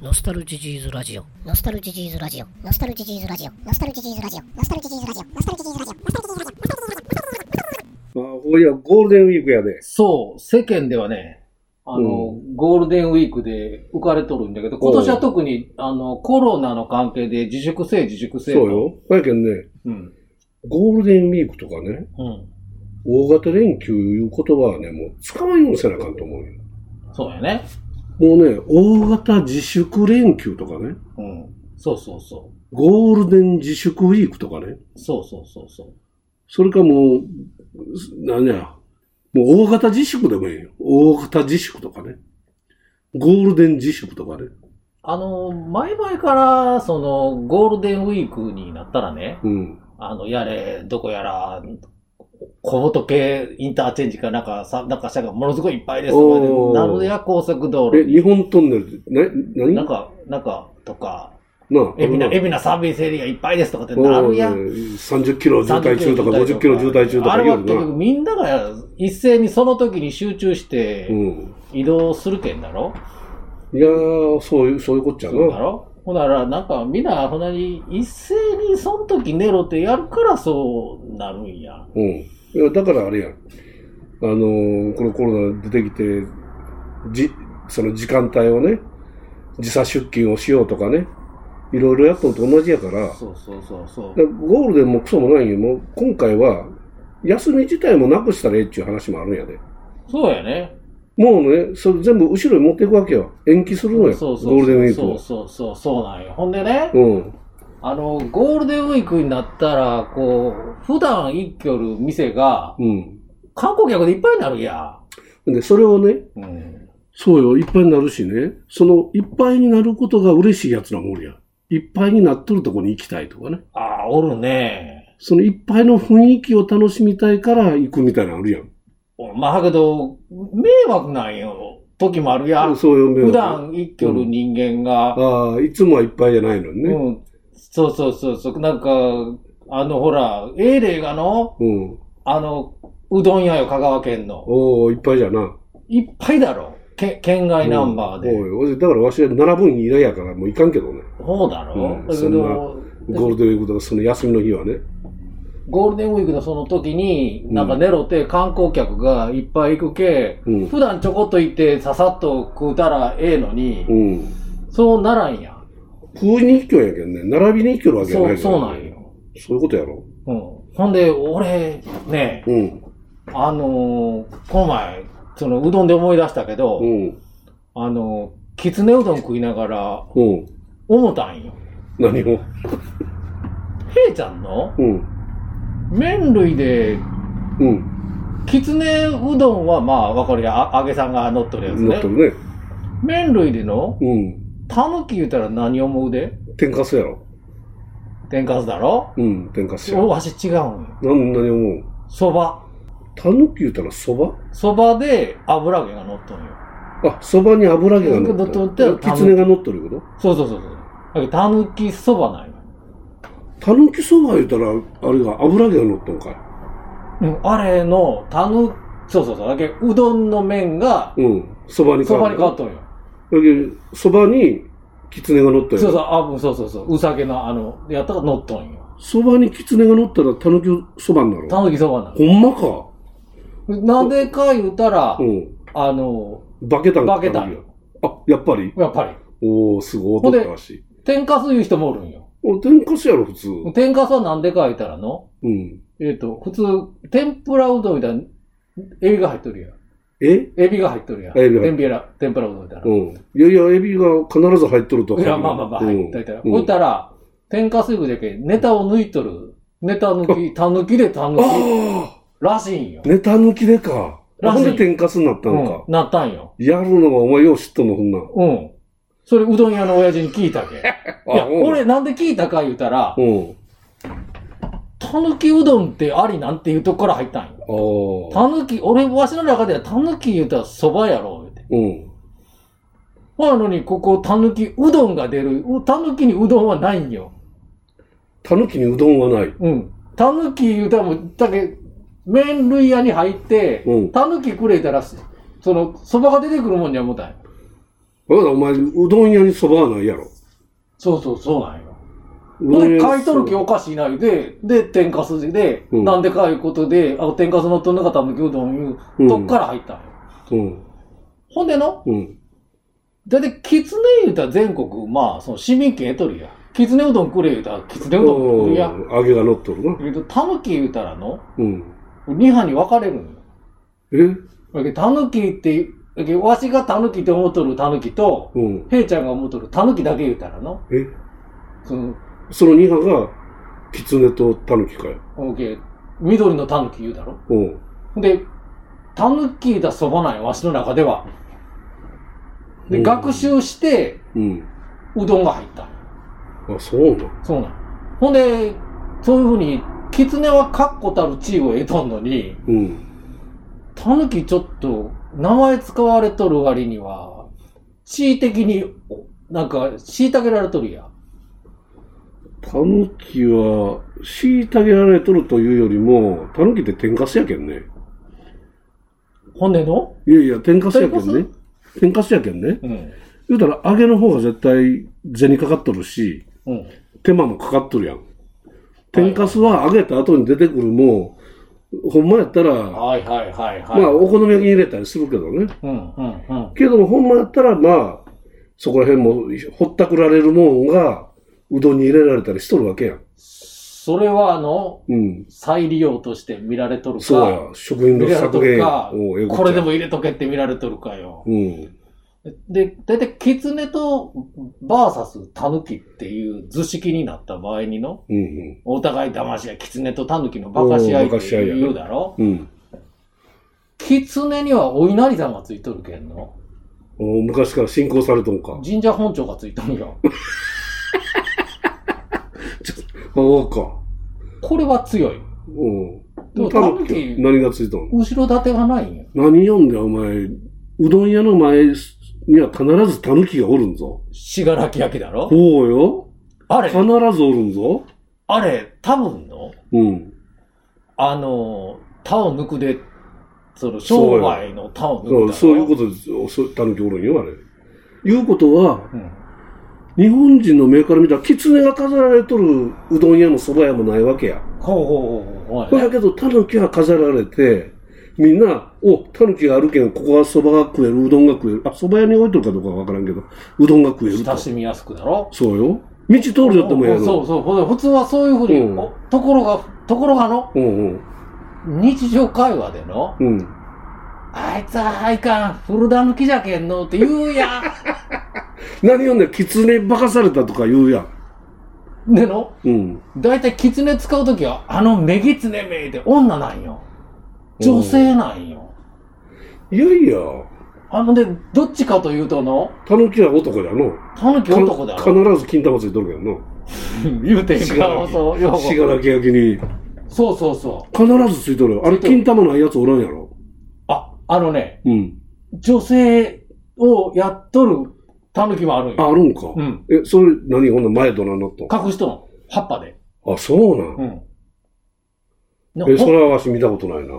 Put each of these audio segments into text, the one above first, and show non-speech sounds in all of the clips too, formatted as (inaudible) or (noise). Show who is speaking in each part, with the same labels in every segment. Speaker 1: ノスタルジジーズラジオ。
Speaker 2: ノスタルジジーズラジオ。
Speaker 3: ノスタルジジーズラジオ。
Speaker 2: ノスタルジジーズラジオ。ノスタルジジーズラジオ。ノスタルジジーズラジオ。ノスタルジジーズラジオ。
Speaker 4: まあ、これはゴールデンウィークやで。
Speaker 5: そう、世間ではね、あの、ゴールデンウィークで浮かれとるんだけど、今年は特に、あの、コロナの関係で自粛性自粛
Speaker 4: そ
Speaker 5: 性
Speaker 4: う
Speaker 5: と。
Speaker 4: よ。やけんね、
Speaker 5: うん。
Speaker 4: ゴールデンウィークとかね、
Speaker 5: うん。
Speaker 4: 大型連休いう言葉はね、もう使わんようにせなあかんと思うよ。
Speaker 5: そうやね。
Speaker 4: もうね、大型自粛連休とかね、
Speaker 5: うん。そうそうそ
Speaker 4: ゴールデン自粛ウィークとかね、
Speaker 5: う。そうそうそうそう。
Speaker 4: それかもう、何や、もう大型自粛でもいいよ。大型自粛とかね。ゴールデン自粛とかね。
Speaker 5: あの、前々から、その、ゴールデンウィークになったらね、
Speaker 4: うん。
Speaker 5: あの、やれ、どこやら、小仏インターチェンジかなんか、さなんか車がものすごいいっぱいですとかで
Speaker 4: おー
Speaker 5: なるや高速道
Speaker 4: え、
Speaker 5: 路に、
Speaker 4: 日本トンネル、な、何
Speaker 5: なんか、なんか、とか、
Speaker 4: なあ、
Speaker 5: 海
Speaker 4: な
Speaker 5: 老名、海老名サービスエリアいっぱいですとかってなるやん。
Speaker 4: 30キロ渋滞中とか
Speaker 5: 30
Speaker 4: 50キロ渋滞中とか
Speaker 5: あれ
Speaker 4: 言
Speaker 5: は
Speaker 4: う
Speaker 5: 結局
Speaker 4: よ
Speaker 5: みんなが一斉にその時に集中し
Speaker 4: な。う
Speaker 5: て
Speaker 4: ん。
Speaker 5: 移動するけんだろ、
Speaker 4: いやー、そういう、そういうこっちゃ
Speaker 5: そうだ
Speaker 4: な。
Speaker 5: ろほんなら、なんかみんな、ほんなに一斉にその時寝ろってやるからそうなるんや。
Speaker 4: うん。いや、だからあれやん。あのーこのコロナ出てきて、じ、その時間帯をね、時差出勤をしようとかね、いろいろやったのと同じやから、
Speaker 5: そうそうそうそう。
Speaker 4: だからゴールデンもクソもないんよ。もう今回は、休み自体もなくしたらええっちゅう話もあるんやで。
Speaker 5: そうやね。
Speaker 4: もうね、それ全部後ろに持っていくわけよ。延期するのよ。
Speaker 5: そうそう
Speaker 4: ゴールデンウィーク
Speaker 5: そ
Speaker 4: を
Speaker 5: う。そうそう、そうなんよ。ほんでね、
Speaker 4: うん。
Speaker 5: あの、ゴールデンウィークになったら、こう、普段行きよる店が、
Speaker 4: う
Speaker 5: 観光客でいっぱいになるや。
Speaker 4: ん。で、それをね、
Speaker 5: うん。
Speaker 4: そうよ、いっぱいになるしね。その、いっぱいになることが嬉しいやつらもおるやん。いっぱいになっとるとこに行きたいとかね。
Speaker 5: ああ、おるね。
Speaker 4: そのいっぱいの雰囲気を楽しみたいから行くみたいなのあるやん。
Speaker 5: まあ、けど、迷惑なんよ。時もあるや。
Speaker 4: そうよ、
Speaker 5: 普段生きてる人間が、
Speaker 4: ああ、いつもはいっぱいじゃないのに
Speaker 5: う
Speaker 4: ね。
Speaker 5: ん。そうそうそうそう。なんか、あの、ほら、英霊がの、
Speaker 4: うん。
Speaker 5: あの、うどん屋よ、香川県の。
Speaker 4: おおいっぱいじゃな。
Speaker 5: いっぱいだろ。け県外ナンバー
Speaker 4: うん
Speaker 5: で。
Speaker 4: おいおいだからわしは並ぶん嫌やからもう行かんけどね。
Speaker 5: そうだろ
Speaker 4: うん
Speaker 5: だけど、
Speaker 4: ゴールデンウィークとかその休みの日はね。
Speaker 5: ゴールデンウィークのその時に、
Speaker 4: うん
Speaker 5: なんか寝ろって観光客がいっぱい行くけ、
Speaker 4: うん
Speaker 5: 普段ちょこっと行ってささっと食うたらええのに、
Speaker 4: うん。
Speaker 5: そうならんやん。
Speaker 4: 食いに行きよんやけんね。並びに行きよるわけや
Speaker 5: そ
Speaker 4: な
Speaker 5: う、
Speaker 4: い
Speaker 5: そうなん。よ。
Speaker 4: そういうことやろ。
Speaker 5: うん。ほんで、俺、ね、
Speaker 4: うん。
Speaker 5: あのーこの前、その、うどんで思い出したけど、
Speaker 4: うん。
Speaker 5: あのーきつねうどん食いながら、
Speaker 4: うん。
Speaker 5: 思ったんよ。
Speaker 4: 何を
Speaker 5: へいちゃんの
Speaker 4: うん。
Speaker 5: 麺類で、
Speaker 4: うん。
Speaker 5: きつねうどんは、まあ、わかるや、あ揚げさんが乗っとるやつ
Speaker 4: なっ
Speaker 5: ね
Speaker 4: と。るね。
Speaker 5: 麺類での、
Speaker 4: うん。
Speaker 5: たぬき言うたら何思うで
Speaker 4: 天かすやろ。
Speaker 5: 天かすだろ
Speaker 4: うん。天かすや
Speaker 5: お
Speaker 4: ろ。
Speaker 5: わし違うんよ。
Speaker 4: なん、何思う
Speaker 5: そば。
Speaker 4: たぬき言うたらそば
Speaker 5: そばで油揚げが乗っとんよ。
Speaker 4: あ、そばに油揚げが乗っ
Speaker 5: 乗っ
Speaker 4: と
Speaker 5: てる
Speaker 4: る。きつねが乗っとること
Speaker 5: そうそうそうそう。だけどたぬきそばなんよ。
Speaker 4: たぬきそば言うたら、あれが油揚げが乗っとんかい。
Speaker 5: うん、あれの、たぬ、そうそうそう、だけどうどんの麺が、
Speaker 4: うん。そばに
Speaker 5: そばに変わ
Speaker 4: っ
Speaker 5: っとんよ。
Speaker 4: た。だけど、そばに、狐が乗った
Speaker 5: そうそう、
Speaker 4: よ。
Speaker 5: あ、うんそうそうそう、うさげの、あの、やったら乗っとんよ。
Speaker 4: そばに狐が乗ったら、たぬきそばになる。
Speaker 5: たぬきそばなん
Speaker 4: ほんまか。
Speaker 5: よ。なんでか言うたら
Speaker 4: う、ん。
Speaker 5: あの、
Speaker 4: 化けたん
Speaker 5: 化けたん
Speaker 4: 狸や
Speaker 5: よ。
Speaker 4: あ、やっぱり
Speaker 5: やっぱり。
Speaker 4: おー、すごい。
Speaker 5: ほんで
Speaker 4: 踊ったらしい。
Speaker 5: 天かすいう人もおるんよ。
Speaker 4: お、天かすやろ、普通。
Speaker 5: 天かすはなんでか言うたらの、
Speaker 4: うん。
Speaker 5: えっ、と、普通、天ぷらうどんみたいな、エビが入っとるやん。
Speaker 4: え
Speaker 5: エビが入っとるやん。
Speaker 4: エビが入っ
Speaker 5: 天ぷら、天ぷらうどんみたいな。
Speaker 4: うん。いやいや、エビが必ず入っとるとは限
Speaker 5: い
Speaker 4: ら
Speaker 5: や、
Speaker 4: ん
Speaker 5: まあまあまあ、
Speaker 4: う
Speaker 5: 入
Speaker 4: ん
Speaker 5: っといたら。
Speaker 4: う
Speaker 5: こ
Speaker 4: ん
Speaker 5: ういったら、天かすいぶじゃけ、ネタを抜いとる。ネタ抜き、たぬきでたぬき、
Speaker 4: あ
Speaker 5: らしいんよ
Speaker 4: あ。ネタ抜きでか。
Speaker 5: ら
Speaker 4: な
Speaker 5: し
Speaker 4: ん
Speaker 5: い
Speaker 4: で天かすになったのか
Speaker 5: う。ん、なったんよ。
Speaker 4: やるのがお前よう知っとんの、ほんなん。
Speaker 5: うん。それ、うどん屋の親父に聞いたけ。いや、
Speaker 4: (laughs) あうん
Speaker 5: 俺なんで聞いたか言うたら、
Speaker 4: うん。
Speaker 5: たぬきうどんってありなんていうとこから入ったんよ。
Speaker 4: ああ。
Speaker 5: たぬき、俺、わしの中ではたぬき言うたら蕎麦やろ、言うて。
Speaker 4: うん。
Speaker 5: ほんなのに、ここ、たぬきうどんが出る。うたぬきにうどんはないんよ。
Speaker 4: たぬきにうどんはない。
Speaker 5: うん。たぬき言うたらもう、だけ、麺類屋に入って
Speaker 4: うん、
Speaker 5: たぬきくれたら、その、そばが出てくるもんには思ったんよ。
Speaker 4: だからお前、うどん屋にそばはないやろ。
Speaker 5: そうそう、そうなんよ。
Speaker 4: うどん屋
Speaker 5: で、
Speaker 4: に
Speaker 5: 買い取る気おかしいないで、で、天かすで、
Speaker 4: うん
Speaker 5: なんでかいうことで、あ、天かすのとんのがたむきうどんいう、
Speaker 4: うん
Speaker 5: どっから入ったんよ。
Speaker 4: うん。
Speaker 5: ほんでの、
Speaker 4: うん。
Speaker 5: だって、きつね言うたら全国、まあ、その市民権得とるやん。きつねうどんくれ言うたら、きつねうどんくるやん。
Speaker 4: 揚げが乗っとるな。
Speaker 5: えっと、たぬき言うたらの、
Speaker 4: うん。
Speaker 5: 二派に分かれるんよ。
Speaker 4: え
Speaker 5: だけど、たぬきって、だけどわしがたぬきって思っとるたぬきと、
Speaker 4: うん。
Speaker 5: へいちゃんが思っとるたぬきだけ言うたらの、
Speaker 4: え
Speaker 5: その、
Speaker 4: その2派が、狐と狸かよ。
Speaker 5: オーケー、緑のたぬき言うだろ。
Speaker 4: うん。
Speaker 5: で、たぬきだそばない、わしの中では。
Speaker 4: う
Speaker 5: で、
Speaker 4: ん
Speaker 5: 学習して、
Speaker 4: うん。
Speaker 5: うどんが入った。
Speaker 4: あ、そうなん。
Speaker 5: そうなん。ほんで、そういうふうに、狐は確固たる地位を得とんのに、
Speaker 4: うん。
Speaker 5: たぬきちょっと、名前使われとる割には、地位的に、おなんか、虐げられとるやん。
Speaker 4: 狸は、虐げられとるというよりも、狸って天かすやけんね。
Speaker 5: ほんでの
Speaker 4: いやいや、天かすやけんね。天かすやけんね。
Speaker 5: うん。
Speaker 4: 言うたら、揚げの方が絶対、銭かかっとるし、
Speaker 5: うん。
Speaker 4: 手間もかかっとるやん。天かすは揚げた後に出てくるもん、ほんまやったら、
Speaker 5: はいはいはいはい。
Speaker 4: まあ、お好み焼きに入れたりするけどね。
Speaker 5: うんうんうん。
Speaker 4: けども、ほんまやったら、まあ、そこら辺も、ほったくられるもんが、うどんに入れられたりしとるわけやん。
Speaker 5: それは、あの、
Speaker 4: うん。
Speaker 5: 再利用として見られとるか。
Speaker 4: そうや、食品
Speaker 5: 入
Speaker 4: の
Speaker 5: れられと
Speaker 4: 削
Speaker 5: る
Speaker 4: 減
Speaker 5: か
Speaker 4: をえぐっちゃう、
Speaker 5: これでも入れとけって見られとるかよ。
Speaker 4: うん。
Speaker 5: で、だいたいキツネとバーサスタヌキっていう図式になった場合にの、
Speaker 4: うん。
Speaker 5: お互い騙し合い、キツネとタヌキの馬鹿し合いって
Speaker 4: うん馬
Speaker 5: 言う
Speaker 4: 鹿し合い
Speaker 5: だろ
Speaker 4: うん。うん
Speaker 5: キツネにはお稲荷さんがついとるけんの。
Speaker 4: お昔から信仰されとんか。
Speaker 5: 神社本庁がついとるよ。
Speaker 4: そうか。
Speaker 5: これは強い。で
Speaker 4: う
Speaker 5: も
Speaker 4: ん。たぬき
Speaker 5: 狸
Speaker 4: 何がついたの
Speaker 5: 後ろ盾がないんよ。
Speaker 4: 何読んだよお前。うどん屋の前には必ずたぬきがおるんぞ。
Speaker 5: しがらき焼きだろ
Speaker 4: そうよ。
Speaker 5: あれ
Speaker 4: 必ずおるんぞ。
Speaker 5: あれ、多分の、
Speaker 4: うん。
Speaker 5: あの、他を抜くで、その、商売の他を抜くだ
Speaker 4: そうそ
Speaker 5: ろ
Speaker 4: ういうことですよそう。たぬきおるんよ、あれ。いうことは、
Speaker 5: うん
Speaker 4: 日本人の目から見たら、狐が飾られとるうどん屋もそば屋もないわけや。
Speaker 5: ほうほうほうほう。
Speaker 4: これだけど、タヌキは飾られて、みんな、お、タヌキがあるけん、ここは蕎麦が食える、うどんが食える。あ、蕎麦屋に置いとるかどうかはわからんけど、うどんが食えると
Speaker 5: 親。しみやすくだろ
Speaker 4: そうよ。道通るよってもやる。
Speaker 5: そうそう。ほんで普通はそういうふうに、
Speaker 4: うん
Speaker 5: おところが、ところがの、
Speaker 4: うんうん。
Speaker 5: 日常会話での、
Speaker 4: うん。
Speaker 5: あいつはあいかん、古田抜きじゃけんのって言うや
Speaker 4: (laughs)
Speaker 5: ん。
Speaker 4: 何よんね、狐化かされたとか言うやん。
Speaker 5: での、
Speaker 4: うん。
Speaker 5: だいたい狐使うときは、あの目狐めで女なんよ。女性なんよ。
Speaker 4: いやいや、
Speaker 5: あので、どっちかというとの、
Speaker 4: タヌキは男やの。
Speaker 5: 狸男だろ。
Speaker 4: 必ず金玉ついとるけんの。
Speaker 5: 言うてんか
Speaker 4: 信楽
Speaker 5: そう、よう
Speaker 4: 信楽焼きに。
Speaker 5: そうそうそう。
Speaker 4: 必ずついとるよ。あれ、
Speaker 5: ついとる
Speaker 4: 金玉ないやつおらんやろ。
Speaker 5: あ、あのね、
Speaker 4: うん。
Speaker 5: 女性をやっとる狸もあるん
Speaker 4: あ、
Speaker 5: よ。
Speaker 4: あるんか。
Speaker 5: うん。
Speaker 4: え、それ、何ほんな前どなのと。
Speaker 5: 隠しとんの。葉っぱで。
Speaker 4: あ、そうなん。
Speaker 5: うん。
Speaker 4: え、
Speaker 5: ほ
Speaker 4: それはわし見たことないな。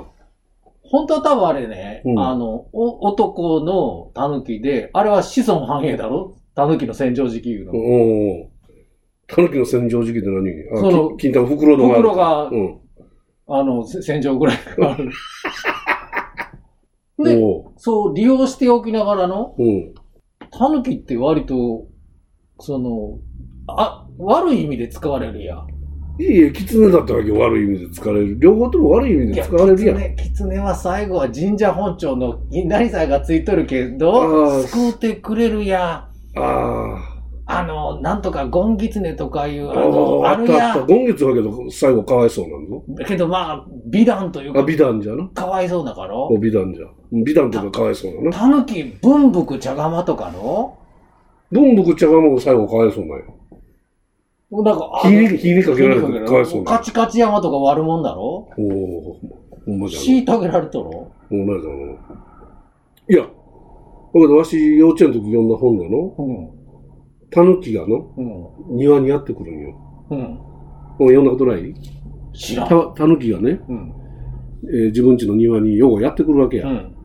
Speaker 5: 本当は多分あれね、
Speaker 4: うん
Speaker 5: あの、お男の狸で、あれは子孫繁栄だろ狸の戦場時期いうの。
Speaker 4: おお。たぬきの洗浄時期って何あ
Speaker 5: その
Speaker 4: き金玉袋の
Speaker 5: 袋が
Speaker 4: うん。
Speaker 5: あの、せ戦場ぐらいがある。
Speaker 4: お
Speaker 5: で、
Speaker 4: お
Speaker 5: そう利用しておきながらの、
Speaker 4: う。うん。
Speaker 5: 狸って割と、その、あ、悪い意味で使われるやん。
Speaker 4: いいえ、狐だったわけよ悪い意味で疲れる。両方とも悪い意味で使われるやん。
Speaker 5: 狐狐は最後は神社本庁の稲荷さんがついとるけ
Speaker 4: あ
Speaker 5: ど、
Speaker 4: ー
Speaker 5: 救うてくれるやん。
Speaker 4: あ
Speaker 5: あの、なんとかゴンギツネとかいう、
Speaker 4: あ。
Speaker 5: あ
Speaker 4: あ
Speaker 5: の、
Speaker 4: あ、
Speaker 5: あ
Speaker 4: あっ
Speaker 5: る
Speaker 4: たあ
Speaker 5: や
Speaker 4: った。
Speaker 5: ん。
Speaker 4: 今月はけど、最後かわいそうなんぞ。
Speaker 5: だけどまあ、美談という
Speaker 4: あ、
Speaker 5: か、
Speaker 4: 美談じゃな。
Speaker 5: かわいそうだから。
Speaker 4: お美談じゃ。うん美談とかかわいそうだな。
Speaker 5: たぬき、文福茶釜とかの
Speaker 4: 文福茶がもう最後かわいそうなんよ。
Speaker 5: なんか、
Speaker 4: 火に、火にかけられ
Speaker 5: 火に
Speaker 4: てかわいそうなん
Speaker 5: カ
Speaker 4: よ
Speaker 5: チカチ山とか悪者だろ
Speaker 4: おおほんまじゃな。
Speaker 5: 虐げられとろ
Speaker 4: お前だの。いや、だけどわし、幼稚園の時読んだ本だの。
Speaker 5: うん。
Speaker 4: 狸がの、
Speaker 5: うん。
Speaker 4: 庭にやってくるんよ。
Speaker 5: うん。
Speaker 4: もう読んだことない
Speaker 5: 知らん。
Speaker 4: た、狸がね、
Speaker 5: うん。
Speaker 4: えー自分家の庭にようやってくるわけ
Speaker 5: う
Speaker 4: や。
Speaker 5: ん。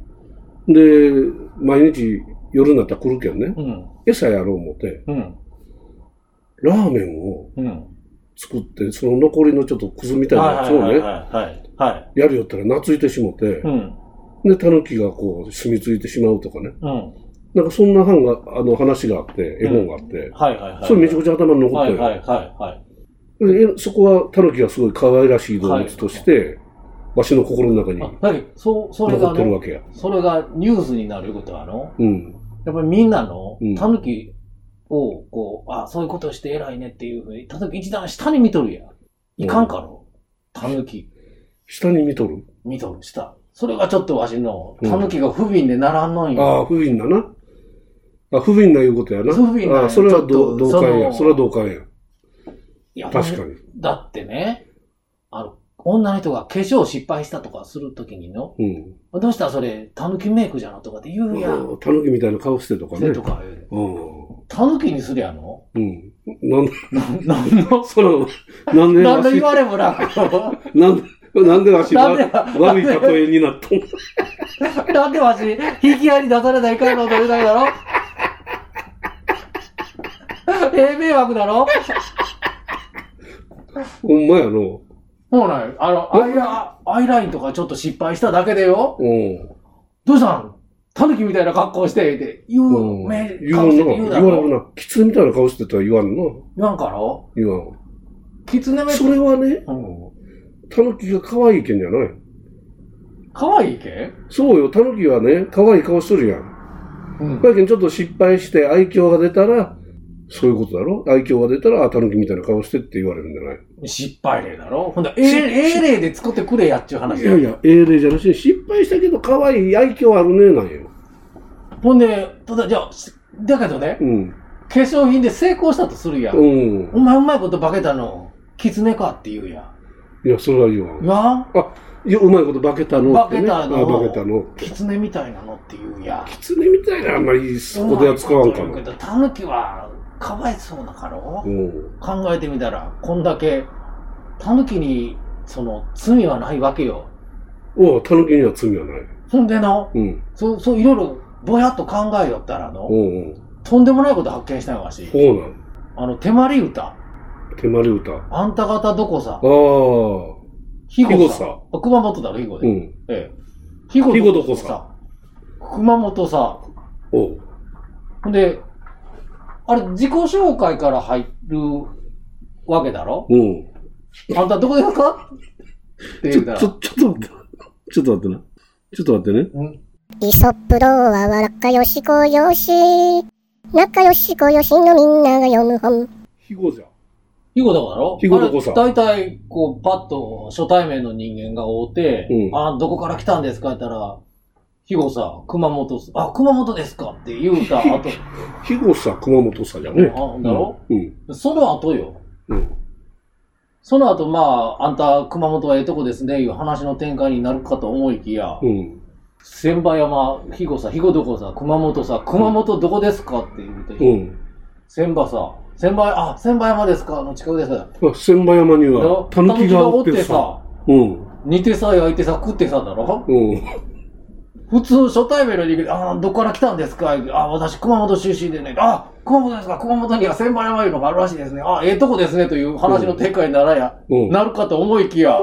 Speaker 4: で、毎日夜になったら来るけどね、
Speaker 5: うん。
Speaker 4: 餌やろう思って、
Speaker 5: うん。
Speaker 4: ラーメンを
Speaker 5: うん。
Speaker 4: 作って、その残りのちょっとくずみたいなや
Speaker 5: は
Speaker 4: つ
Speaker 5: い
Speaker 4: を
Speaker 5: はいはい
Speaker 4: ね、
Speaker 5: はい。はい。
Speaker 4: やるよったら懐いてしもて、
Speaker 5: うん。
Speaker 4: で、タヌキがこう、住み着いてしまうとかね。
Speaker 5: うん。
Speaker 4: なんかそんな版が、あの話があって、絵
Speaker 5: う
Speaker 4: 本
Speaker 5: ん
Speaker 4: があって、
Speaker 5: はいはいはい。
Speaker 4: それめちゃくちゃ頭に残っ
Speaker 5: は
Speaker 4: た
Speaker 5: い
Speaker 4: よ。
Speaker 5: はいはいはい。
Speaker 4: でえそこはタヌキがすごい可愛らしい動物として、わしの心の中に
Speaker 5: あ、だけど、そう、それ
Speaker 4: 残
Speaker 5: があ
Speaker 4: ってるわ
Speaker 5: の、
Speaker 4: けや。
Speaker 5: それがニュースになるいうことはあの、
Speaker 4: うん。
Speaker 5: やっぱりみんなの
Speaker 4: うん、
Speaker 5: タヌキを、こう、あ、そういうことして偉いねっていうふうに、タヌキ一段下に見とるやん。いかんかろ。タヌキ、
Speaker 4: 下に見とる。
Speaker 5: 見とる、下。それがちょっとわしの、タヌキが不憫でならんのんよ。
Speaker 4: ああ、不憫だな。あ、不憫ないうことやな。
Speaker 5: 不憫なんや
Speaker 4: ああそれは
Speaker 5: ちょ
Speaker 4: ど
Speaker 5: っと
Speaker 4: 同感や。
Speaker 5: その
Speaker 4: それは同感や。
Speaker 5: いや
Speaker 4: 確かに。
Speaker 5: だってね、あの、女の人が化粧失敗したとかするときにの、
Speaker 4: うん。
Speaker 5: どうしたらそれ、タヌキメイクじゃのとかって言うやん。
Speaker 4: タヌキみたいな顔してとか
Speaker 5: せ
Speaker 4: ね。
Speaker 5: とか言う。
Speaker 4: うん。
Speaker 5: タヌキにすりゃの
Speaker 4: うん。なんで、
Speaker 5: なんなん
Speaker 4: (laughs)
Speaker 5: の、
Speaker 4: その、なんで
Speaker 5: な
Speaker 4: わ
Speaker 5: んで
Speaker 4: し
Speaker 5: 言、われもな
Speaker 4: (laughs)
Speaker 5: く、
Speaker 4: なんで、なんでわし
Speaker 5: な
Speaker 4: わ
Speaker 5: んで
Speaker 4: 悪い例えになったん
Speaker 5: なんでわし、引き合いに出されないかんのと言うたいだろええ迷惑だろ
Speaker 4: ほんまやの。
Speaker 5: ほら、あの、アイラ、アイラインとかちょっと失敗しただけでよ。
Speaker 4: うん。
Speaker 5: どうしたんタヌキみたいな格好して、って言う、
Speaker 4: うん
Speaker 5: め、
Speaker 4: 言
Speaker 5: 顔
Speaker 4: わん
Speaker 5: し
Speaker 4: な
Speaker 5: て。言うだ
Speaker 4: 言わん
Speaker 5: ろ
Speaker 4: な。キツネみたいな顔してたら言わんな。
Speaker 5: 言わんかろ
Speaker 4: 言わん。
Speaker 5: キツネメイク
Speaker 4: それはね、
Speaker 5: うん。
Speaker 4: タヌキが可愛いけんじゃない。
Speaker 5: かわいいけ
Speaker 4: そうよ、タヌキはね、可愛い顔しとるやん。
Speaker 5: うん。
Speaker 4: だけどちょっと失敗して愛嬌が出たら、そういうことだろ愛嬌が出たら、あ、タヌキみたいな顔してって言われるんじゃない
Speaker 5: 失敗例だろほんだ、え
Speaker 4: し
Speaker 5: え、ええ例で作ってくれやっちゅう話
Speaker 4: いやいや、英霊じゃなしに失敗したけど可愛い愛嬌あるね、なんよ。
Speaker 5: ほんで、ただ、じゃあ、しだけどね、
Speaker 4: うん。
Speaker 5: 化粧品で成功したとするやん。
Speaker 4: うん
Speaker 5: お。前うまいこと化けたの、キツネかって言うや
Speaker 4: いや、それは言わ
Speaker 5: ん。
Speaker 4: ん。
Speaker 5: や
Speaker 4: いや、うまいこと化けたのって、ね。
Speaker 5: 化けたの
Speaker 4: あ化けたの。
Speaker 5: キツネみたいなのって言うやん。
Speaker 4: キツネみたいなあんまりそこでは使わんか
Speaker 5: うまい
Speaker 4: も。
Speaker 5: こと言うけど、タヌキは、かわいそうだから、
Speaker 4: うん。
Speaker 5: 考えてみたら、こんだけ、タヌキに、その、罪はないわけよ。
Speaker 4: おう、タヌキには罪はない。
Speaker 5: ほんでの、
Speaker 4: うん。
Speaker 5: そう、そう、いろいろ、ぼやっと考えよったらの、
Speaker 4: おうおう。
Speaker 5: とんでもないこと発見したんやわし。
Speaker 4: ほうなん。
Speaker 5: あの、手まり歌。
Speaker 4: 手まり歌。あ
Speaker 5: あんた方どこさ
Speaker 4: あ。。ひ
Speaker 5: ひ
Speaker 4: ご
Speaker 5: ごさ。
Speaker 4: さ。
Speaker 5: あ熊本だろ、ひごで。
Speaker 4: うん。
Speaker 5: ええ。ひ
Speaker 4: ご
Speaker 5: ごどこ
Speaker 4: どこ
Speaker 5: さ。熊本さ。
Speaker 4: おう。
Speaker 5: ほんで、あれ、自己紹介から入るわけだろ
Speaker 4: うん。
Speaker 5: あんたどこですかって
Speaker 4: ち
Speaker 5: 言
Speaker 4: ょ、
Speaker 5: うたら。
Speaker 4: ちょ、ちょっと待って。ちょっと待ってな。ちょっと待ってね。
Speaker 5: ん
Speaker 2: イソップ童話は仲良しこよし。仲良しこよしのみんなが読む本。
Speaker 4: ひごじゃ。
Speaker 5: ひごどこだろ
Speaker 4: ひごどこさ
Speaker 5: あれ大体、こう、パッと初対面の人間が追うて、
Speaker 4: うん
Speaker 5: あ、どこから来たんですかって言ったら、ひごさ、熊本さ、あ、熊本ですかって言うた
Speaker 4: (laughs)
Speaker 5: 後、
Speaker 4: ひごさ、熊本さじゃね。
Speaker 5: あだろ
Speaker 4: うん。
Speaker 5: その後よ。
Speaker 4: うん。
Speaker 5: その後、まあ、あんた、熊本はええとこですね、いう話の展開になるかと思いきや、
Speaker 4: うん。
Speaker 5: 千葉山、肥後さ、肥後どこさ、熊本さ、熊本どこですかって言うて、
Speaker 4: うん。
Speaker 5: 千葉さ、千葉、あ、千葉山ですかあの近くです。
Speaker 4: あ、千葉山には、
Speaker 5: 狸
Speaker 4: たぬきがおってさ。、うん。
Speaker 5: 煮てさ、焼いてさ、食ってさだろ
Speaker 4: うん。
Speaker 5: 普通、初対面の人間で、あー、どこから来たんですか言うてあ、私、熊本出身でね、あ、熊本ですか熊本には千葉山いうのがあるらしいですね。あ、ええとこですね、という話の展開にならや、
Speaker 4: うん。
Speaker 5: なるかと思いきや、
Speaker 4: う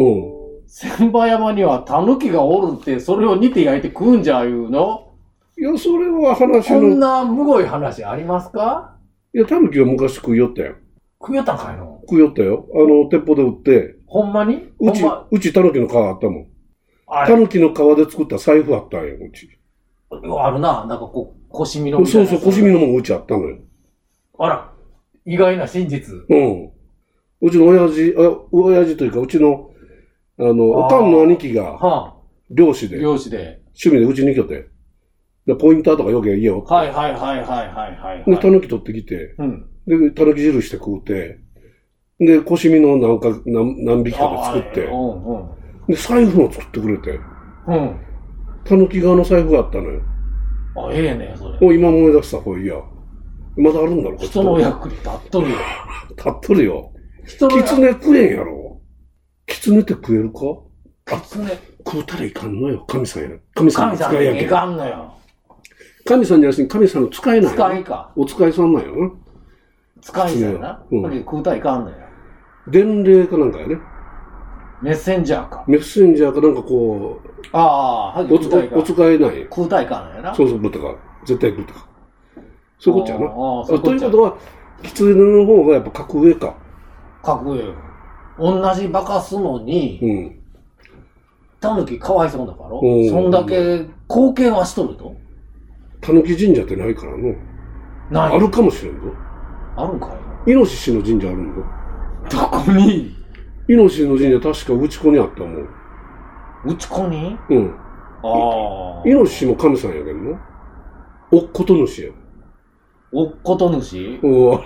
Speaker 4: ん。
Speaker 5: 千葉山には狸がおるって、それを煮て焼いて食うんじゃいうの
Speaker 4: いや、それは話
Speaker 5: こん
Speaker 4: の。
Speaker 5: なむごい話ありますか
Speaker 4: いや、タヌキは昔食いよったよ。
Speaker 5: 食いよったんかいの
Speaker 4: 食いよったよ。あの、鉄砲で撃って。
Speaker 5: ほんまに
Speaker 4: うち、
Speaker 5: ほんま、
Speaker 4: うちタヌキの皮あったもん。
Speaker 5: あ
Speaker 4: タ
Speaker 5: れ、
Speaker 4: ヌキの皮で作った財布あったんよ、うち。
Speaker 5: あるな、なんかこう、腰身のみたい
Speaker 4: そう
Speaker 5: な。
Speaker 4: そう、腰身のもんうちあったのよ。
Speaker 5: あら、意外な真実。
Speaker 4: うん。うちの親父、あ親父というか、うちの、あの、
Speaker 5: あー
Speaker 4: おかんの兄貴が、
Speaker 5: は
Speaker 4: 漁師
Speaker 5: あ、
Speaker 4: で、
Speaker 5: 漁師で。
Speaker 4: 趣味でうちに来よって。で、ポインターとかよけ言えよ。
Speaker 5: はいはいはいはいはいはい、
Speaker 4: で、
Speaker 5: は
Speaker 4: タ
Speaker 5: い。
Speaker 4: ヌキ取ってきて、
Speaker 5: うん。
Speaker 4: で、タヌキ汁して食うて、で、腰身のなんか、何何匹かで作っ
Speaker 5: あ
Speaker 4: て
Speaker 5: あ、うんうん。
Speaker 4: で、財布も作ってくれて。
Speaker 5: うん。
Speaker 4: たぬき側の財布があったのよ。
Speaker 5: あ、ええね、それ。
Speaker 4: もう今思い出した、これいや。まだあるんだろ、これ
Speaker 5: 人のお役に立っとるよ。
Speaker 4: 立っとるよ。
Speaker 5: 人の
Speaker 4: キツ
Speaker 5: 役
Speaker 4: ネ食えんやろ。キツネって食えるか
Speaker 5: 狐。
Speaker 4: 食うたらいかんのよ、神さんや。神さん
Speaker 5: 神
Speaker 4: の
Speaker 5: さん
Speaker 4: 使いや
Speaker 5: に
Speaker 4: け
Speaker 5: い。かんのよ。
Speaker 4: 神さんじゃなくて神さんの使いなんやな
Speaker 5: 使いか。
Speaker 4: お使いさんなんやな。
Speaker 5: 使いそうやな。
Speaker 4: うん
Speaker 5: これ食うたらいかんのや。
Speaker 4: 伝令かなんかやね。
Speaker 5: メッセンジャーか。
Speaker 4: メッセンジャーかなんかこう、
Speaker 5: ああ、はい、
Speaker 4: お
Speaker 5: 食
Speaker 4: つ
Speaker 5: うたいか
Speaker 4: おお。使いなんや。
Speaker 5: 食うたいかんのやな。
Speaker 4: そうそう、ぶったか。絶対ぶったか。そういうことやな。
Speaker 5: ああ、そうい
Speaker 4: あ
Speaker 5: うことと
Speaker 4: いう
Speaker 5: や
Speaker 4: ことは、狐の方がやっぱ格上か。
Speaker 5: かっこいいよ。同じバカすのに、
Speaker 4: うん。
Speaker 5: タヌキかわいそうだから
Speaker 4: おー、
Speaker 5: そんだけ貢献はしとると
Speaker 4: 狸神社ってないからの。
Speaker 5: ない。
Speaker 4: あるかもしれんぞ。
Speaker 5: あるんかい
Speaker 4: イノシシの神社あるんぞ。
Speaker 5: どこに
Speaker 4: イノシシの神社確か内子にあったもん。
Speaker 5: うちこに
Speaker 4: うん。
Speaker 5: ああ。
Speaker 4: イノシシも神さんやけどな。おっこと主や。
Speaker 5: おっこと主
Speaker 4: おー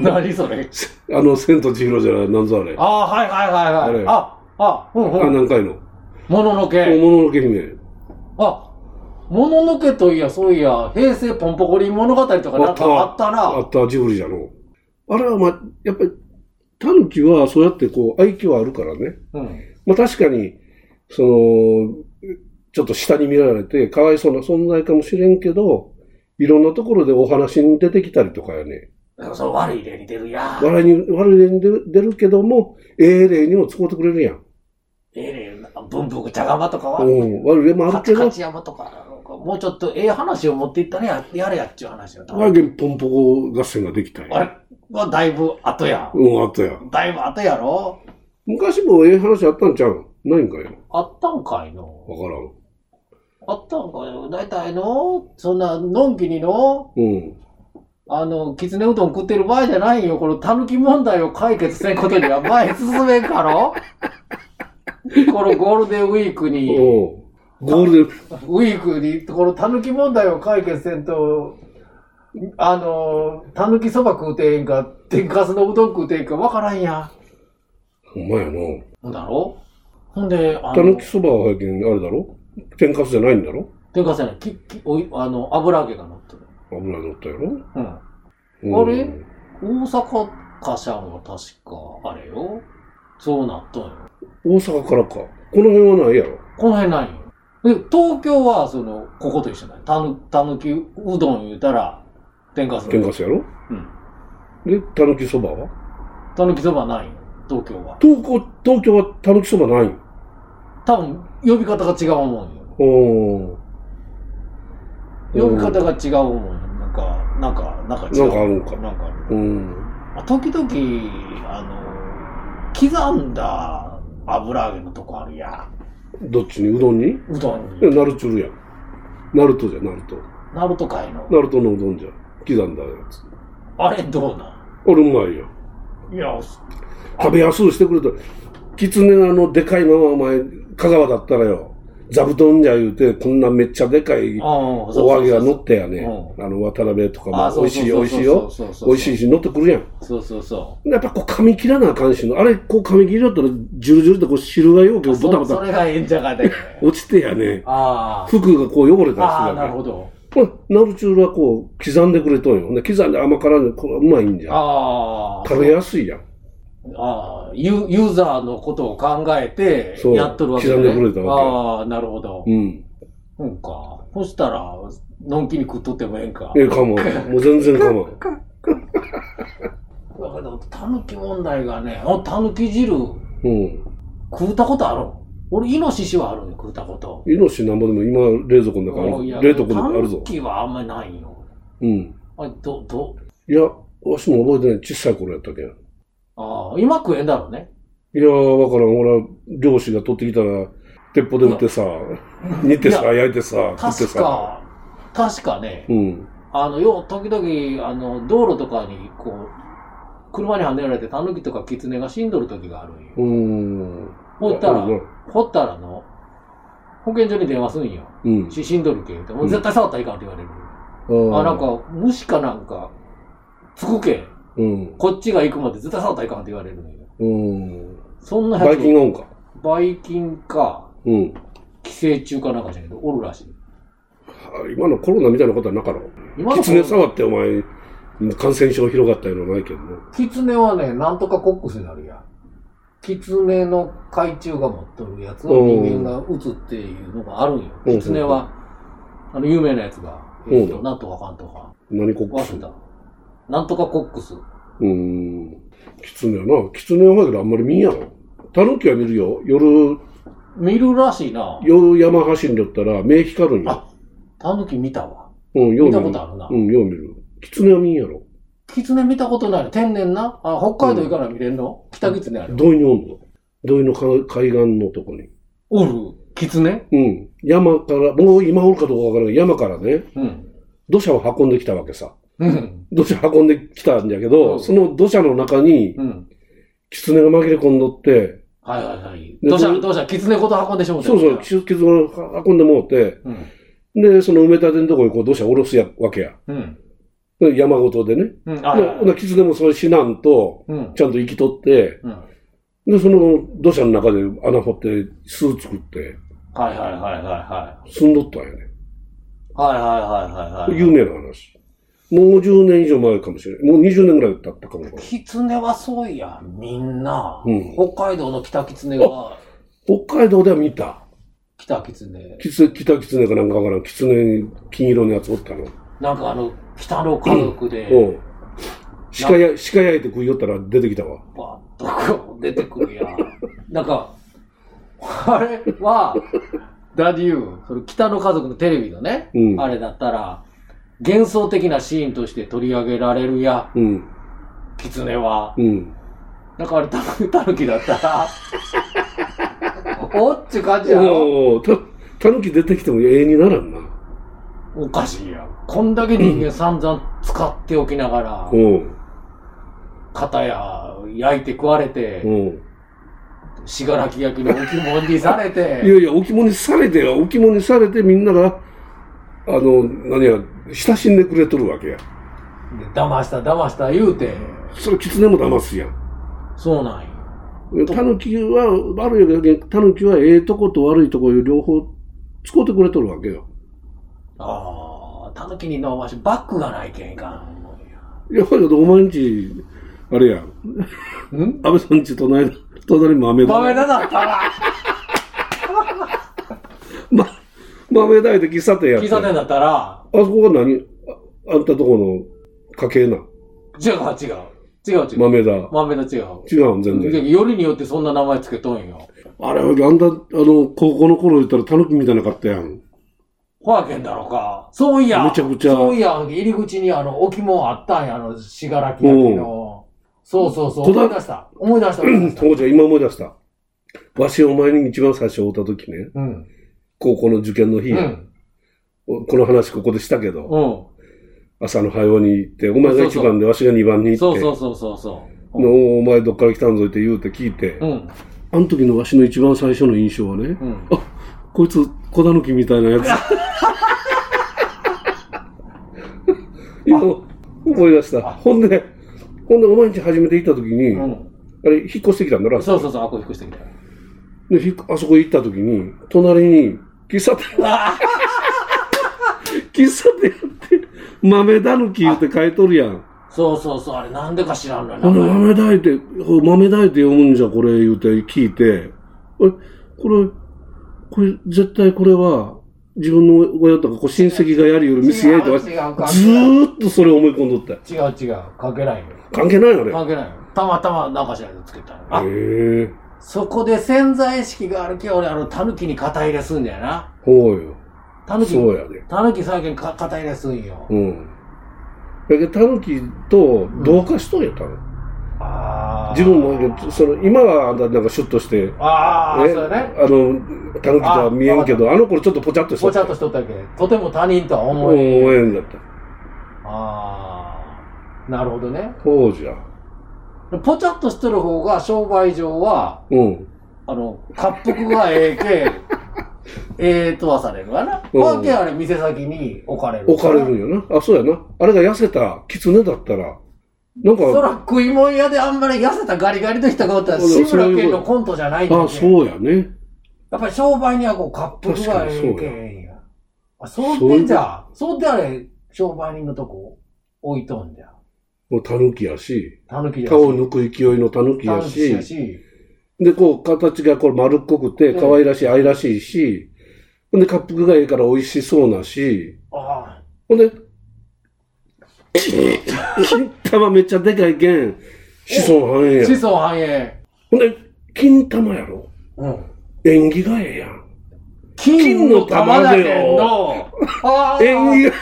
Speaker 5: 何それ
Speaker 4: あの、千と千尋じゃない、なんぞあれ。
Speaker 5: ああ、はいはいはい
Speaker 4: あ
Speaker 5: はい
Speaker 4: れ。
Speaker 5: あ、あ、うん
Speaker 4: あ、
Speaker 5: うん。
Speaker 4: 何回の。
Speaker 5: ものの
Speaker 4: お
Speaker 5: け。
Speaker 4: もののけ姫。
Speaker 5: あ、もののけといや、そういや、平成ポンポコリン物語とかなんかあ
Speaker 4: あ
Speaker 5: っ
Speaker 4: ったあ
Speaker 5: な。
Speaker 4: った、ジブリじゃの。あれは、まあ、やっぱり、タヌキはそうやってこう、愛嬌あるからね。
Speaker 5: うん。
Speaker 4: まあ確かに、その、ちょっと下に見られて、かわいそうな存在かもしれんけど、いろんなところでお話に出てきたりとかやね。
Speaker 5: それ悪い例に出るやん。
Speaker 4: 笑いに、悪い例に出る出るけども、ええ例にも使うてくれるやん。
Speaker 5: ええねん、文房具茶釜とかは。
Speaker 4: うん、悪い例もあ
Speaker 5: カ
Speaker 4: るけ
Speaker 5: チ
Speaker 4: ど、
Speaker 5: カ
Speaker 4: わ
Speaker 5: チ山とか、もうちょっとええ話を持っていったらややれやっちゅう話よ。
Speaker 4: けにポンポコ合戦ができたん
Speaker 5: あれ
Speaker 4: や。
Speaker 5: はだいぶ後や。
Speaker 4: うん、あったや。
Speaker 5: だいぶ後やろ
Speaker 4: 昔もええ話あったんちゃうんないんかよ。
Speaker 5: あったんかいの
Speaker 4: わからん。
Speaker 5: あったんかいのだいたいのそんな、のんきにの
Speaker 4: うん。
Speaker 5: あの、きつねうどん食ってる場合じゃないよ。このたぬき問題を解決せんことには前へ進めんかろこのゴールデンウィークに。
Speaker 4: おうゴールデン、
Speaker 5: ウィークに、このたぬき問題を解決せんと、あの、たぬきそば食うてええんか、天かすのうどん食うてええんか分からんや。
Speaker 4: ほんまやな。
Speaker 5: ほんだろほんで、あ
Speaker 4: た
Speaker 5: の
Speaker 4: ぬき、そばはやけん、あれだろ天かすじゃないんだろ
Speaker 5: 天かすやない、き、き、おい、あの、油揚げが乗ってる。
Speaker 4: 油乗ったやろ
Speaker 5: うん。
Speaker 4: うん
Speaker 5: あれ大阪かしゃんは確か、あれよ。そうなっとんよ。
Speaker 4: 大阪からか。この辺はないやろ。
Speaker 5: この辺ないよ。で、東京は、その、ここと一緒ない。たぬ、たぬきうどん言うたら、天かすのう
Speaker 4: 天
Speaker 5: どん
Speaker 4: か。すやろ
Speaker 5: うん。
Speaker 4: で、たぬきそばは
Speaker 5: たぬきそばないよ。東京は。
Speaker 4: 東京、東京はたぬきそばないん
Speaker 5: 多分、呼び方が違う思うんよ。
Speaker 4: おー
Speaker 5: 呼び方が違うもん。なんか、なんか、なんか違う。
Speaker 4: なんかあるんか
Speaker 5: なんかあ
Speaker 4: う
Speaker 5: る。
Speaker 4: ん。
Speaker 5: まあ時々、あの、刻んだ油揚げのとこあるやん。
Speaker 4: どっちにうどんに
Speaker 5: うどん
Speaker 4: いや
Speaker 5: に。
Speaker 4: ナルチュルやん。ナルトじゃ、ナルト。
Speaker 5: ナルト界の。
Speaker 4: ナルトのうどんじゃ。刻んだやつ。
Speaker 5: あれどうなん
Speaker 4: あれうまいよ。
Speaker 5: いや、
Speaker 4: 食べやすうしてくれた。キツネのあのでかいままお前、香川だったらよ、座布団じゃ言うて、こんなめっちゃでかい
Speaker 5: ああ、
Speaker 4: お揚げが乗
Speaker 5: て
Speaker 4: ってやね
Speaker 5: う。
Speaker 4: あの、渡辺とか
Speaker 5: ああ、
Speaker 4: も美
Speaker 5: そう
Speaker 4: 味し
Speaker 5: そ
Speaker 4: い、美
Speaker 5: うそう
Speaker 4: 味しいよ。
Speaker 5: そうそうそう
Speaker 4: 美味しい。し、乗ってくるやん。
Speaker 5: そうそうそ
Speaker 4: やっぱこう噛み切らなあかんしの。あれ、こう噛み切りだったら、ジュルジュルってこう汁がようけ
Speaker 5: う。
Speaker 4: ど、
Speaker 5: あ
Speaker 4: ボタボ
Speaker 5: そそ
Speaker 4: タ
Speaker 5: れがええんじゃがい
Speaker 4: (laughs)
Speaker 5: だけどね。
Speaker 4: 落ちてやね。
Speaker 5: あ
Speaker 4: 服がこう汚れ
Speaker 5: あ。あ
Speaker 4: た
Speaker 5: あ、
Speaker 4: り
Speaker 5: なる
Speaker 4: す
Speaker 5: ほど。
Speaker 4: るわけ。ナルチュールはこう、刻んでくれとんよ。ね刻んで甘辛いの、これうまいんじゃん。
Speaker 5: ああ。
Speaker 4: 食べやすいやん。
Speaker 5: ああ、ユユーザーのことを考えて
Speaker 4: そう
Speaker 5: やっとるわけね。
Speaker 4: 刻んでくれたわけ
Speaker 5: ああ、なるほど。
Speaker 4: うん。
Speaker 5: そうか。そしたら、のんきに食っとってもええんか。
Speaker 4: ええ、かまん。もう全然かま
Speaker 5: (laughs)
Speaker 4: ん。
Speaker 5: だけど、たぬき問題がね、あたぬき汁
Speaker 4: うん。
Speaker 5: 食うたことある俺、イノシシはあるね、食うたこと。
Speaker 4: イノシシなんぼでも今冷蔵庫の中あ
Speaker 5: おいや
Speaker 4: る。冷凍庫の中あるぞ
Speaker 5: タ。ヌキはあんまりないよ。
Speaker 4: うん。
Speaker 5: あ、ど、ど、
Speaker 4: いや、わしも覚えてない。小さい頃やったけん。い
Speaker 5: ああ、今食えんだろうね。
Speaker 4: やー、わからん。ほら、漁師が取ってきたら、鉄砲で撃ってさ、煮てさ、
Speaker 5: いや
Speaker 4: 焼いてさ、食って
Speaker 5: 確
Speaker 4: さ。
Speaker 5: か、確かね、
Speaker 4: うん。
Speaker 5: あの、よう、時々、あの、道路とかに、こう、車にはねられて、タヌキとかキツネが死んどる時があるんよ。
Speaker 4: うーん。
Speaker 5: ほったら
Speaker 4: あるな、
Speaker 5: ほったらの、保健所に電話すんよ。
Speaker 4: うん。
Speaker 5: し死んどるけ言うて、もう絶対触ったらいかんって言われる。
Speaker 4: あ
Speaker 5: あ、なん。か、虫かなんか、つくけ。
Speaker 4: うん。
Speaker 5: こっちが行くまで絶対触ったらいかんって言われるのよ。
Speaker 4: うん。
Speaker 5: そんな
Speaker 4: バイキン
Speaker 5: を
Speaker 4: がおんか。
Speaker 5: バイキンか、
Speaker 4: うん。
Speaker 5: 寄生虫かなんかじゃけど、おるらしい。
Speaker 4: あ今のコロナみたいなことはなかろう。
Speaker 5: 今
Speaker 4: キ
Speaker 5: の
Speaker 4: ツネ触ってお前、感染症広がったようなのないけどね。
Speaker 5: キツネはね、なんとかコックスになるやん。キツネの海中が持っとるやつを人間が撃つっていうのがあるんよ。
Speaker 4: うん
Speaker 5: キツネは、あの、有名なやつが。えっと
Speaker 4: うん
Speaker 5: なんとかかんとか。
Speaker 4: 何コック
Speaker 5: 忘
Speaker 4: ス
Speaker 5: れた。なんとかコックス。
Speaker 4: うーん。キツネやな。キツネはやけどあんまり見んやろ。タヌキは見るよ。夜、
Speaker 5: 見るらしいな。
Speaker 4: 夜山走んでったら目光るんよ。
Speaker 5: あ、タヌキ見たわ。
Speaker 4: うん、よう
Speaker 5: 見
Speaker 4: 見
Speaker 5: た
Speaker 4: る。
Speaker 5: ことあるな
Speaker 4: う。ん、よう見る。キツネは見んやろ。
Speaker 5: キツネ見たことない。天然な。あ、北海道行から見れんの北キツネある。
Speaker 4: どういうのおんのどういうのか海岸のとこに。
Speaker 5: おるキツネ
Speaker 4: うん。山から、もう今おるかどうかわからないけど、山からね、
Speaker 5: うん。
Speaker 4: 土砂を運んできたわけさ。
Speaker 5: うん。
Speaker 4: 土砂運んできたんだけど、
Speaker 5: うん
Speaker 4: その土砂の中に、
Speaker 5: うん。
Speaker 4: キツネが紛れ込んどって、
Speaker 5: はいはいはい。
Speaker 4: で
Speaker 5: どうし
Speaker 4: ど
Speaker 5: た
Speaker 4: う
Speaker 5: どうしたキツネごと運んでしもて
Speaker 4: そう
Speaker 5: る
Speaker 4: そう、キツキツネが運んでもうて、
Speaker 5: うん。
Speaker 4: で、その埋め立てのとこにこう土砂を下ろすやわけや。
Speaker 5: うん。
Speaker 4: で山ごとでね。
Speaker 5: うん。
Speaker 4: で
Speaker 5: あ
Speaker 4: ほな、キツネもそれ死なんと、
Speaker 5: うん。
Speaker 4: ちゃんと生きとって、
Speaker 5: うん。
Speaker 4: で、その土砂の中で穴掘って巣作って、
Speaker 5: はいはいはいはいは
Speaker 4: 住んどったんやね。
Speaker 5: い。はいはいはいはい、
Speaker 4: 有
Speaker 5: はい。
Speaker 4: 名な話。もう10年以上前かもしれない。もう20年ぐらい経ったかもわからん
Speaker 5: キツネはそういや、みんな、
Speaker 4: うん
Speaker 5: 北海道の北キツネは、
Speaker 4: 北海道では見た。
Speaker 5: 北キツネ。
Speaker 4: キツ、北キツネかなんかわからん。キツネ、金色のやつおったの。
Speaker 5: なんかあの、北の家族で、
Speaker 4: うん。鹿や、鹿焼いて食いよったら出てきたわ。
Speaker 5: バッとこう出てくるやん。なんか、あれは、ダデュー、それ北の家族のテレビのね、
Speaker 4: うん
Speaker 5: あれだったら、幻想的なシーンとして取り上げられるや、
Speaker 4: うん。
Speaker 5: キツネは。
Speaker 4: うん。
Speaker 5: なんかあれ、タヌタヌキだった
Speaker 4: (laughs)
Speaker 5: ら、おっちゅう感じやろ
Speaker 4: おおた、たぬき出てきても永遠にならんな。
Speaker 5: おかしいやん。こんだけ人間散々使っておきながら
Speaker 4: う、ん。
Speaker 5: 肩や焼いて食われて
Speaker 4: う、ん。
Speaker 5: 信楽焼きの置物にされ
Speaker 4: い
Speaker 5: て、
Speaker 4: やいや、置物にされてよ。置物にされてみんなが、あの、何や、親しんでくれとるわけや。
Speaker 5: で騙した騙した言うて、
Speaker 4: それ、キツネも騙すやん。
Speaker 5: そうなんよ。
Speaker 4: タヌキは悪いわけタヌキはええとこと悪いとこ両方使うてくれとるわけよ。
Speaker 5: ああ、たぬきにのわし、バッグがないけんいかんのや。
Speaker 4: いや、だけどお前んち、あれや、
Speaker 5: ん
Speaker 4: 安倍さんち隣だ、隣豆だ。
Speaker 5: 豆だだったら、
Speaker 4: ま、豆大で喫茶店やっ
Speaker 5: 喫
Speaker 4: た
Speaker 5: 茶店だったら、
Speaker 4: あそこが何ああんたとこの家系な。
Speaker 5: 違う違う。違う違う。
Speaker 4: 豆だ。
Speaker 5: 豆だ違う。
Speaker 4: 違うん、全然。
Speaker 5: よりによってそんな名前つけとんよ。
Speaker 4: あれ、あんた、あの、高校の頃言ったらタヌキみたいなかったやん。
Speaker 5: ほやけんだろか。そういや。
Speaker 4: むちゃくちゃ
Speaker 5: そういや、入り口にあの、置物あったんや、あの、しがらき焼きの。そうそうそう。
Speaker 4: 戸田
Speaker 5: 思い出した。思い出した。思い出した。
Speaker 4: 当時は今思い出した。わしお前に一番最初会うた時ね、
Speaker 5: うん。
Speaker 4: 高校の受験の日
Speaker 5: う
Speaker 4: や、
Speaker 5: ん。
Speaker 4: この話ここでしたけど、
Speaker 5: うん。
Speaker 4: 朝の早うに行って、お前が一番でわしが二番に行って、
Speaker 5: そうそうそうそうそう。
Speaker 4: のおお前どっから来たんぞって言うて聞いて、
Speaker 5: うん。
Speaker 4: あの時のわしの一番最初の印象はね、
Speaker 5: うん。
Speaker 4: こいつ、小狸みたい
Speaker 5: (laughs)
Speaker 4: なやつ。今、思い出した。
Speaker 5: あ
Speaker 4: ほんで、ほんで、お前んち初めて行った時に、
Speaker 5: う
Speaker 4: あ
Speaker 5: ん。
Speaker 4: れ、引っ越してきたんだろ
Speaker 5: そうそうそう、あ、こう引っ越してきたよ。
Speaker 4: でひっあそこ行った時に、隣に、喫茶店、
Speaker 5: あ
Speaker 4: 喫茶店やって、豆狸言って書いとるやん。
Speaker 5: そうそうそう、あれなんでか知らんのよ。
Speaker 4: こ
Speaker 5: 名
Speaker 4: の豆
Speaker 5: 前
Speaker 4: 大って、これ豆大って読むんじゃ、これ言うて聞いて、あれ、これ、これ、絶対これは、自分の親とかこう親戚がやるより見せやいとわし、ず
Speaker 5: 違う違う関係ない
Speaker 4: ーっとそれ思い込んどって。
Speaker 5: 違う違う、関係ないよ。
Speaker 4: 関係ないよね。
Speaker 5: 関係ないよ。たまたまなんか知らんけどつけたの。あ、
Speaker 4: へえ。
Speaker 5: そこで潜在意識があるけ俺、あの、狸に肩入れすんだよな。
Speaker 4: ほうよ。
Speaker 5: 狸
Speaker 4: そうやね。
Speaker 5: タヌキ最近か肩入れすんよ。
Speaker 4: うん。だけど、タヌキと同化しとんやったの。
Speaker 5: あー
Speaker 4: 自分も、その、今はあんたなんかシュッとして、
Speaker 5: ああ、そうよね。
Speaker 4: あの、タヌキとは見えんけど、あの頃ちょっとぽちゃっとし
Speaker 5: ぽちゃ
Speaker 4: た
Speaker 5: っとしとったけとても他人とは思
Speaker 4: 思
Speaker 5: えん。
Speaker 4: えんだった。
Speaker 5: ああ、なるほどね。
Speaker 4: ほうじゃ。
Speaker 5: ぽちゃっとしてる方が商売上は、
Speaker 4: うん。
Speaker 5: あの、滑覆が
Speaker 4: (laughs)
Speaker 5: ええけ、ええとはされるわな。
Speaker 4: うん
Speaker 5: わけあれ店先に置かれる。
Speaker 4: 置かれるんよな。あ、そうやな。あれが痩せた狐だったら、なんか、
Speaker 5: そら食い物屋であんまり痩せたガリガリの人がおったら、
Speaker 4: そうそう
Speaker 5: 志村けんのコントじゃないんだ
Speaker 4: あ、
Speaker 5: けど、
Speaker 4: そうやね。
Speaker 5: やっぱり商売にはこう、滑覆がええけんや。あ、そう
Speaker 4: そう
Speaker 5: で
Speaker 4: いう
Speaker 5: じゃあ、そうであれ、商売人のとこ置いとんじゃ。
Speaker 4: もう狸やし、
Speaker 5: たぬきやし。
Speaker 4: 他を抜く勢いの狸や
Speaker 5: 狸や
Speaker 4: し、
Speaker 5: し。
Speaker 4: で、こう、形がこれ丸っこくて、
Speaker 5: うん
Speaker 4: 可愛らしい、愛らしいし、ほんで、滑覆がええから美味しそうなし、
Speaker 5: ああ、
Speaker 4: ほんで、金玉めっちゃでかいけん、子孫繁栄や
Speaker 5: 子。孫繁栄。
Speaker 4: ほんで、金玉やろ。
Speaker 5: うん。
Speaker 4: 縁起がええやん。
Speaker 5: 金の玉だけど、ああ、
Speaker 4: 縁起が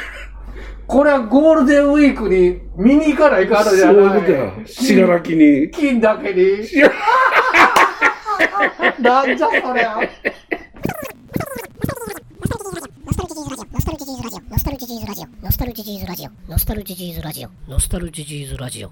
Speaker 5: これはゴールデンウィークに見に行かないからじゃ
Speaker 4: そう
Speaker 5: ない
Speaker 4: いうことや。しがらきに。
Speaker 5: 金だけに。 (laughs) なんじゃそりゃ。
Speaker 2: ノスタルジーズラジオノスタルジーズラジオノスタルジーズラジオノスタルジーズラジオノスタルジーズラジオ